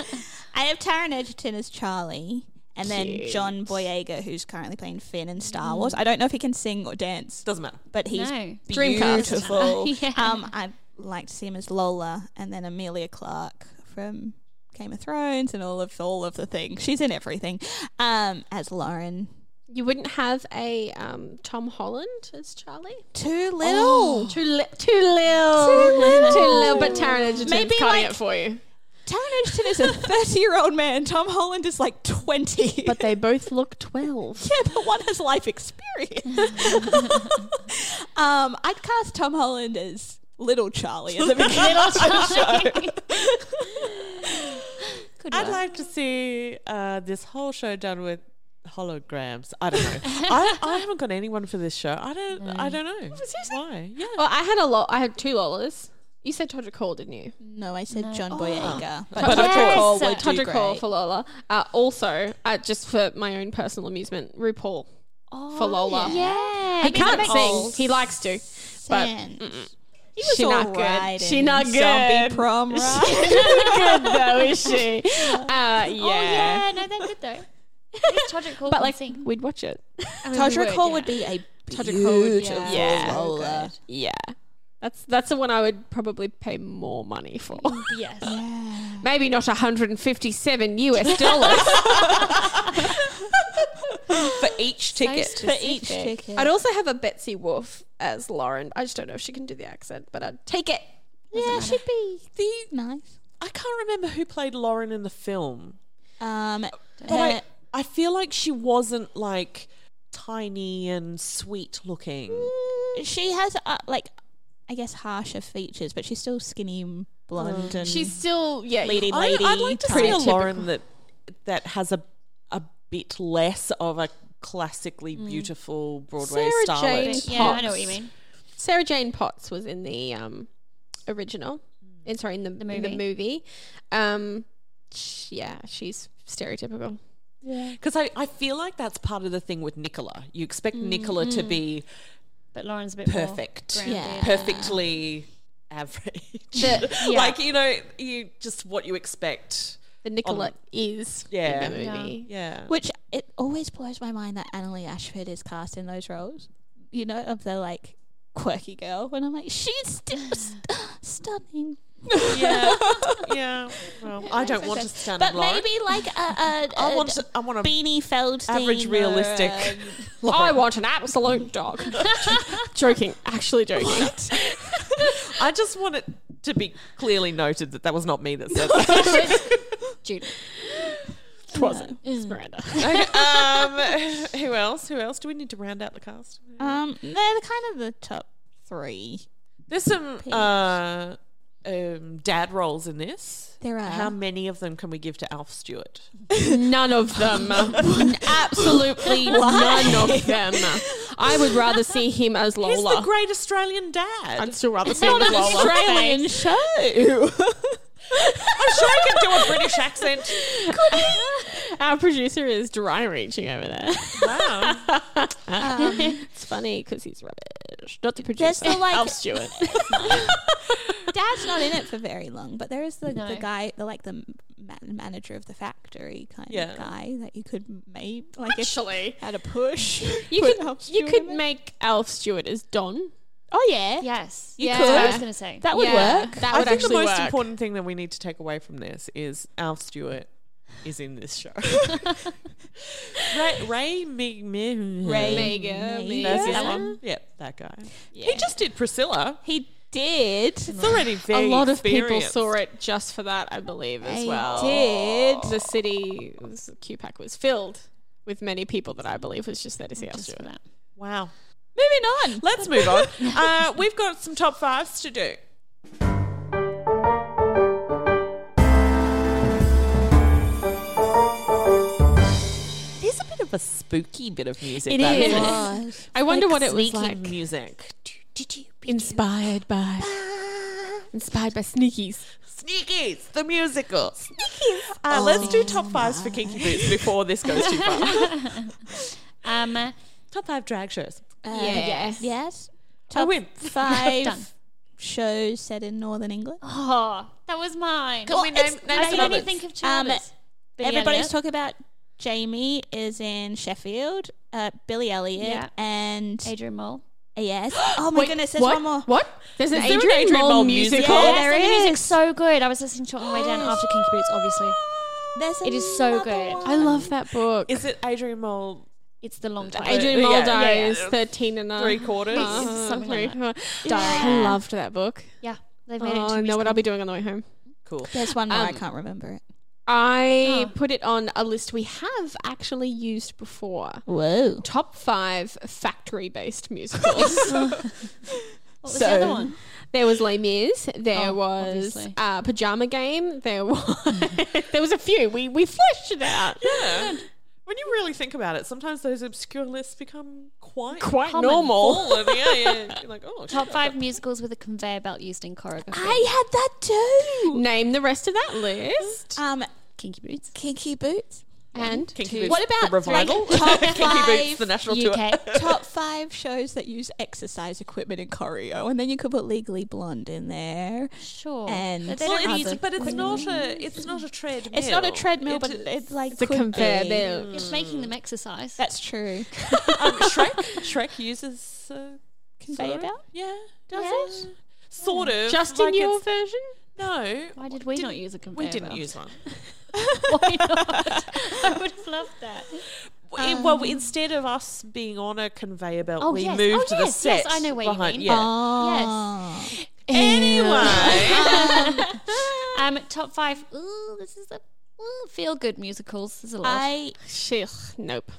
S4: I have Taron Egerton as Charlie, and then John Boyega, who's currently playing Finn in Star
S3: Mm.
S4: Wars. I don't know if he can sing or dance,
S1: Doesn't matter.
S4: but he's
S2: No.
S3: Dreamcast.
S4: beautiful.
S2: Yeah.
S4: Um, I'd like to see him as Lola, and then Amelia Clark from Game of Thrones, and all of all of the things. She's in everything. Um, as Lauren,
S3: You wouldn't have a um, Tom Holland as Charlie?
S4: too little.
S3: Too, li- too little. Too little. But Taron Egerton's
S4: Maybe,
S3: cutting
S4: like-
S3: it for you.
S4: Taron Egerton is a thirty-year-old man. Tom Holland is like twenty.
S3: But they both look 12.
S4: Yeah, but one has life experience. um, I'd cast Tom Holland as Little Charlie at the beginning of the
S2: Good
S1: I'd
S2: work.
S1: like to see uh, this whole show done with holograms. I don't know. I, I haven't got anyone for this show. I don't. I don't know. Why? Yeah.
S3: Well, I had a lot. I had two Lolas. You said Todrick Hall, didn't you?
S4: No, I said John
S3: Oh.
S4: Boyega. But
S1: But
S4: Todrick
S2: Yes.
S4: Hall would do
S3: Todrick Hall
S4: great.
S3: for Lola. Uh, also, uh, just for my own personal amusement, RuPaul for Lola.
S2: yeah.
S3: He can't
S4: makes
S3: sing.
S4: sense.
S3: He likes to. but-
S4: Sand. He
S3: She not good.
S4: alright
S3: She
S4: in
S3: not
S4: Zombie
S3: good.
S4: prom, right?
S3: good
S4: Oh,
S3: though, is she? Uh, yeah.
S2: Oh yeah, no, they're good though. At least Todrick Hall
S3: But
S2: can
S3: like,
S2: sing.
S3: we'd watch it.
S2: I mean, we
S4: Todrick Hall would
S2: yeah.
S4: be a
S3: Todrick Hall would-
S4: beautiful
S3: yeah.
S4: Lola.
S3: Yeah. That's that's the one I would probably pay more money for.
S2: yes.
S3: Maybe not 157 US dollars.
S1: for each ticket.
S4: For each ticket.
S3: I'd also have a Betsy Wolf as Lauren. I just don't know if she can do the accent, but I'd take it.
S4: Yeah, she'd be nice.
S1: I can't remember who played Lauren in the film,
S4: Um,
S1: but
S4: her-
S1: I, I feel like she wasn't like tiny and sweet looking.
S4: she has uh, like, I guess harsher features, but she's still skinny, blonde, and
S3: She's still yeah.
S4: leading
S1: I,
S4: lady.
S1: I'd like to
S4: type.
S1: see a Lauren that that has a a bit less of a classically beautiful Broadway
S3: Sarah
S1: starlet.
S3: Jane
S2: Yeah, I know what you
S3: Pops.
S2: mean.
S3: Sarah Jane Potts was in the um, original, and sorry, in the, in the
S2: movie.
S3: movie. Um, sh- yeah, she's stereotypical.
S1: Because I, I feel like that's part of the thing with Nicola. You expect Nicola to be
S2: But Lauren's a bit more
S1: perfect,
S2: grounded.
S4: Yeah.
S1: perfectly average.
S3: The- yeah.
S1: like, you know, you just what you expect.
S3: The Nicolette is
S1: Yeah.
S3: in the movie.
S1: Yeah.
S4: Which it always blows my mind that Annalie Ashford is cast in those roles. You know, of the like quirky girl, and I'm like, she's still st- stunning.
S1: Yeah. yeah. Well, I don't want to stand
S4: But
S1: Lauren.
S4: maybe like a, a,
S1: I
S4: a-
S1: want to, I want a
S4: Beanie Feldstein,
S1: average,
S4: or uh,
S1: realistic.
S4: a-
S3: I want an absolute dog. joking, actually joking.
S1: I just want it to be clearly noted that that was not me that said that.
S2: Judy.
S3: It wasn't. It's
S4: Mm.
S3: Miranda.
S1: Okay, um, who else? Who else? Do we need to round out the cast?
S4: um, they're the kind of the top three.
S1: There's some uh, um, dad roles in this.
S4: There are.
S1: How many of them can we give to Alf Stewart?
S3: None of them. Absolutely none of them. I would rather see him as
S1: He's
S3: Lola.
S1: the great Australian dad.
S3: I'd still rather see him as Lola.
S4: Australian show. I'm
S1: sure I can do a British accent.
S3: Our producer is dry reaching over there.
S1: Wow.
S3: It's funny because he's rubbish. Not the
S4: There's
S3: producer.
S4: the, like-
S3: Alf Stewart.
S4: Dad's not in it for very long, but there is the,
S2: No.
S4: the guy, the like the ma- manager of the factory kind
S1: Yeah.
S4: of guy that you could maybe like if
S3: Actually,
S4: had a push.
S3: you
S4: put
S3: could
S4: Alf
S3: you
S4: Stewart
S3: could
S4: in it.
S3: make Alf Stewart as Don.
S4: oh yeah,
S2: Yes.
S4: You
S2: That's what I
S4: could.
S2: was going to say.
S4: that would
S3: Yeah,
S4: work.
S3: That
S1: I
S3: would
S1: think the
S3: actually
S1: most
S3: work.
S1: important thing that we need to take away from this is Alf Stewart is in this show. Ray, Ray, me, me,
S3: Mega,
S1: That's his
S3: That
S1: one. Yep, that guy. He just did Priscilla.
S4: He did.
S1: It's already very
S3: a lot of people
S1: experienced.
S3: saw it just for that, I believe, as
S4: They
S3: well.
S4: did.
S3: The city, QPAC was filled with many people that I believe was just there to see us do
S2: Just for
S3: it.
S2: that.
S1: Wow.
S4: Moving on.
S1: Let's move on. Uh, we've got some top fives to do. There's a bit of a spooky bit of music.
S3: It
S1: though,
S3: is.
S1: isn't it?
S3: I wonder what it was
S1: sneaky
S3: like.
S1: music.
S3: Inspired by. Ah. Inspired by sneakies.
S1: Sneakies, the musical. Sneakies. Uh, let's do top fives for Kinky Boots before this goes too far.
S2: Um, uh,
S1: top five drag shows.
S4: Uh,
S3: Yes.
S4: Yes. Oh,
S1: I win.
S2: Done.
S4: Five shows set in Northern England.
S2: oh, that was mine.
S1: Can we name, name
S2: I
S1: some
S2: can only
S1: others?
S2: think of
S4: Um,
S2: Chalmers. Billy
S4: Everybody's
S2: Elliot.
S4: talking about Jamie is in Sheffield, uh, Billy Elliot,
S2: Yeah.
S4: and
S2: Adrian Mole.
S4: yes. Oh my goodness, there's
S3: what?
S4: one more.
S3: What? There's an
S1: Is there an
S3: Adrian,
S1: Adrian
S3: Mole
S1: Mole
S3: musical.
S1: musical?
S2: yes,
S4: Yeah, there
S2: and the music's
S4: is.
S2: so good. I was listening to it on the way down after Kinky Boots, obviously.
S4: There's
S2: It is so
S4: another
S2: good.
S4: one.
S3: I love that book.
S1: Is it Adrian Mole?
S2: It's the long time.
S3: Adrian
S1: Yeah,
S3: Mole
S1: yeah,
S3: dies
S1: yeah.
S3: 13 and a
S1: Three quarters?
S3: Uh,
S2: Something
S3: three
S2: like
S3: quarters.
S2: Diary.
S3: I loved that book.
S2: Yeah, they've made it.
S3: Oh,
S2: to
S3: I know
S2: musical.
S3: what I'll be doing on the way home.
S1: Cool.
S4: There's one more I
S3: Um,
S4: can't remember it.
S3: I
S2: Oh.
S3: put it on a list we have actually used before.
S4: Whoa.
S3: Top five factory-based musicals.
S2: What was the other one?
S3: there was Les Mis. There
S2: Oh,
S3: was
S2: obviously.
S3: uh, Pajama Game. There was there was a few. We we fleshed it out.
S1: Yeah. When you really think about it, sometimes those obscure lists become quite
S3: Quite
S1: common.
S3: normal.
S1: All of- yeah, yeah. You're like, oh,
S2: Top
S1: shit.
S2: five musicals with a conveyor belt used in choreography.
S4: I had that too.
S3: Name the rest of that list.
S4: Um,
S2: Kinky Boots.
S4: Kinky Boots.
S3: And
S1: Kinky
S3: two.
S1: Boots,
S4: What about
S1: the revival?
S4: three- top
S1: Kinky Boots,
S4: five
S1: the national tour.
S2: UK.
S4: Top five shows that use exercise equipment in choreo, and then you could put Legally Blonde in there.
S2: Sure.
S4: And-
S2: But they
S1: Well,
S2: don't
S1: it's-
S2: use it.
S1: but it's not a it's not a treadmill.
S4: It's not a treadmill,
S1: It
S4: but
S1: is-
S4: it's like
S3: It's a
S4: could
S3: conveyor
S4: be.
S3: belt.
S2: It's making them exercise.
S4: That's true.
S1: um, Shrek. Shrek uses uh,
S4: Conveyor
S1: sort of-
S4: belt.
S1: Yeah,
S2: Yes.
S1: does it? Sort of.
S3: Just in
S1: like
S3: your
S1: it's-
S3: version.
S1: no.
S2: Why did we
S1: Didn't-
S2: not use a conveyor
S1: We didn't
S2: belt?
S1: use one.
S2: Why not? I would have loved that.
S1: It- well, instead of us being on a conveyor belt,
S2: Um, Oh,
S1: we
S2: yes.
S1: moved
S2: Oh,
S1: the
S2: yes, yes,
S1: set.
S2: I know what you
S1: behind.
S2: mean.
S1: Yeah.
S4: Oh.
S1: Anyway,
S2: Um, top five. Ooh, this is a ooh, feel good musicals. There's a lot.
S4: I
S3: Shit, nope.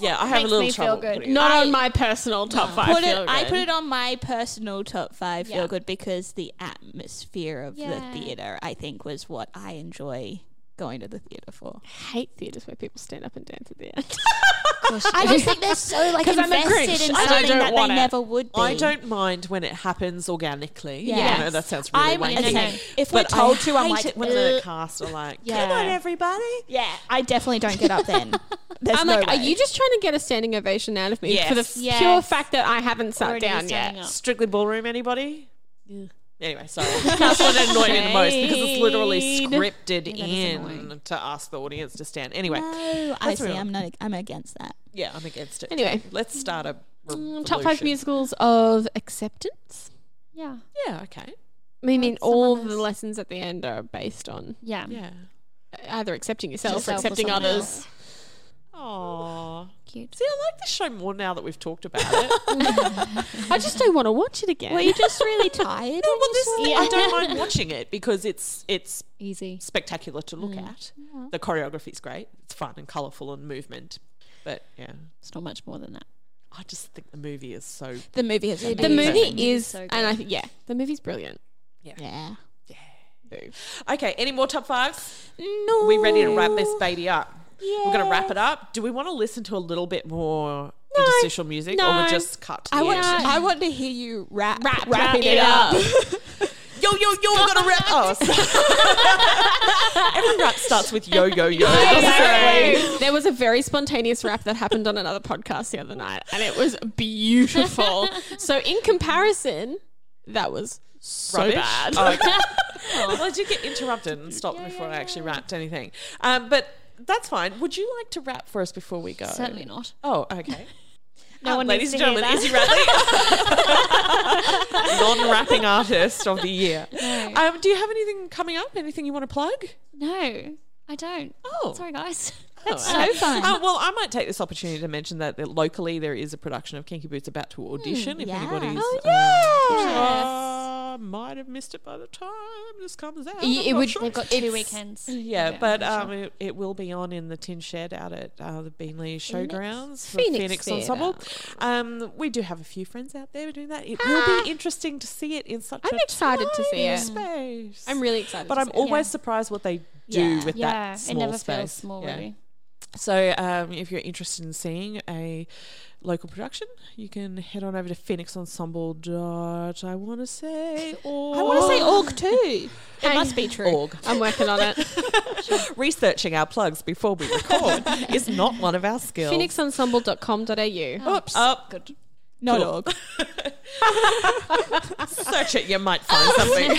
S1: yeah, I have a
S2: Makes
S1: little
S2: me feel
S1: trouble.
S2: good.
S1: putting it-
S3: Not
S4: I-
S3: on my personal top five.
S4: put it.
S3: feel
S4: I
S3: good.
S4: put it on my personal top five
S2: Yeah.
S4: feel good because the atmosphere of
S2: Yeah.
S4: the theater, I think, was what I enjoy going to the theater for.
S3: hate theaters where people stand up and dance at the end.
S4: I just think they're so like
S3: 'Cause I'm a Grinch.
S4: invested in
S3: I
S4: something
S3: don't
S4: that
S3: want
S4: they
S3: it.
S4: never would be.
S1: I don't mind when it happens organically.
S4: Yeah.
S1: Yeah, know that sounds really
S4: I'm
S1: wanky.
S4: in the same. If
S1: But
S4: we're told
S1: I
S4: to, I'm
S1: hate
S4: like,
S1: it when the cast are like, "Come on,
S2: uh, Yeah.
S1: everybody!"
S4: yeah, I definitely don't get up then. There's
S3: I'm
S4: no
S3: like, are
S4: way.
S3: you just trying to get a standing ovation out of me for the
S1: Yes.
S3: f-
S2: Yes.
S3: pure fact that I haven't sat
S2: Already
S3: down yet?
S2: standing up.
S1: Strictly ballroom, anybody? Anyway, sorry. That's what annoyed me the most because it's literally scripted in to ask the audience to stand. Anyway,
S2: Uh,
S4: No, I
S1: That's
S4: see.
S1: real.
S4: I'm not. I'm against that.
S1: yeah, I'm against it.
S3: Anyway.
S1: let's start a
S2: Mm,
S1: revolution.
S3: Mm, Top five musicals of acceptance.
S2: yeah.
S1: Yeah, okay.
S3: I mean,
S2: What's
S3: all
S2: someone
S3: the
S2: else?
S3: lessons at the end are based on
S2: Yeah.
S1: Yeah.
S3: either accepting yourself,
S2: Yourself or
S3: or accepting
S2: someone
S3: others.
S2: else.
S1: Aww.
S2: Cute.
S1: See, I like this show more now that we've talked about it.
S3: I just don't want to watch it again.
S4: Were you just really tired?
S1: no, well, this is the- I
S2: Yeah.
S1: don't mind watching it because it's it's
S2: Easy.
S1: spectacular to look at. The choreography's great. It's fun and colourful and movement. But yeah,
S2: It's not much more than that.
S1: I just think the movie is so
S4: the movie is
S3: the
S4: amazing.
S3: movie is,
S2: so good.
S3: and I think yeah, the movie's brilliant.
S4: Yeah.
S1: Okay, any more top fives?
S4: No.
S1: we ready to wrap this baby up? We're going to wrap it up. Do we want to listen to a little bit more interstitial music or
S3: No.
S1: we'll just cut? To
S4: I
S1: the
S4: want.
S1: end?
S4: I want to hear you rap.
S3: Wrap,
S4: wrapping
S3: wrap it up.
S1: Yo, yo, yo, we're going to wrap us. Every rap starts with yo, yo, yo.
S3: There was a very spontaneous rap that happened on another podcast the other night, and it was beautiful. so, in comparison, that was so
S1: Rubbish.
S3: bad.
S1: Oh, okay. well, I did get interrupted and stopped before I actually wrapped anything. Um, but that's fine. Would you like to rap for us before we go?
S2: Certainly not.
S1: Oh, okay. Um,
S2: No one
S1: Ladies and
S2: needs to
S1: gentlemen,
S2: hear that.
S1: Izzy Radley, non-rapping artist of the year. Um, do you have anything coming up? Anything you want to plug?
S2: No, I don't.
S1: Oh.
S2: sorry, guys.
S1: so fun. Uh, well, I might take this opportunity to mention that, that locally there is a production of Kinky Boots about
S3: Hmm,
S1: to audition. if
S4: yeah.
S1: anybody's,
S4: Oh,
S1: yeah, might have missed it by the time this comes out. I'm
S2: it
S1: not
S2: would.
S1: sure.
S2: They've got two weekends.
S1: Yeah, but um, it, it will be on in the tin shed out at uh, the Beanley Showgrounds for
S3: Phoenix
S1: Phoenix,
S3: Theatre. Ah.
S1: Ensemble. Um, we do have a few friends out there doing that. It will be interesting to see it in such.
S3: I'm
S1: a
S3: excited to see
S1: tiny
S3: it.
S1: Space.
S3: I'm really excited.
S1: but
S3: to
S1: I'm
S3: see it.
S1: always surprised what they do
S4: Yeah.
S1: with
S2: Yeah,
S1: that small
S2: it never
S1: space.
S2: feels small,
S1: Yeah.
S2: really.
S1: So, um, if you're interested in seeing a local production, you can head on over to Phoenix Ensemble. Dot, I want to say, or
S4: I want to say org too. It must be true.
S1: org.
S3: I'm working on it.
S1: Researching our plugs before we record is not one of our skills.
S3: PhoenixEnsemble.com.au.
S1: Oops. Up.
S4: Not
S1: Cool.
S4: org.
S1: Search it. You might find something.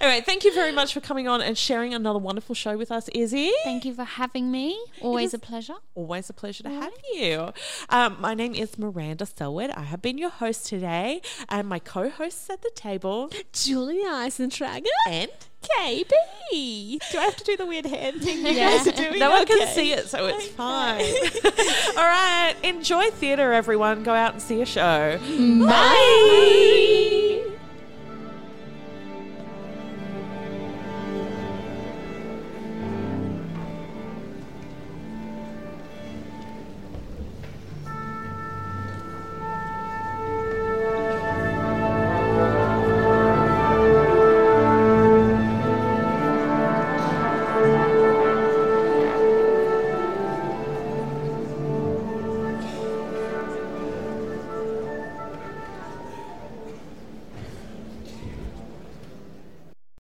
S4: Anyway, thank you very much for coming on and sharing another wonderful show with us, Izzy.
S2: Thank you for having me. Always a pleasure.
S4: Always a pleasure to have you. Um, my name is Miranda Selwood. I have been your host today, and my co hosts at the table.
S5: Julie Eisentrager.
S4: And
S5: KB.
S4: do I have to do the weird hand thing? You
S2: Yeah.
S4: guys are doing No one can see it, so it's fine. All right. Enjoy theatre, everyone. Go out and see a show. Bye.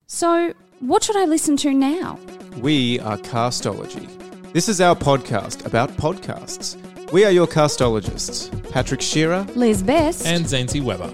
S2: So, what should I listen to now?
S6: We are Castology. This is our podcast about podcasts. We are your castologists, Patrick Shearer.
S7: Liz Best.
S8: and Zancy Weber.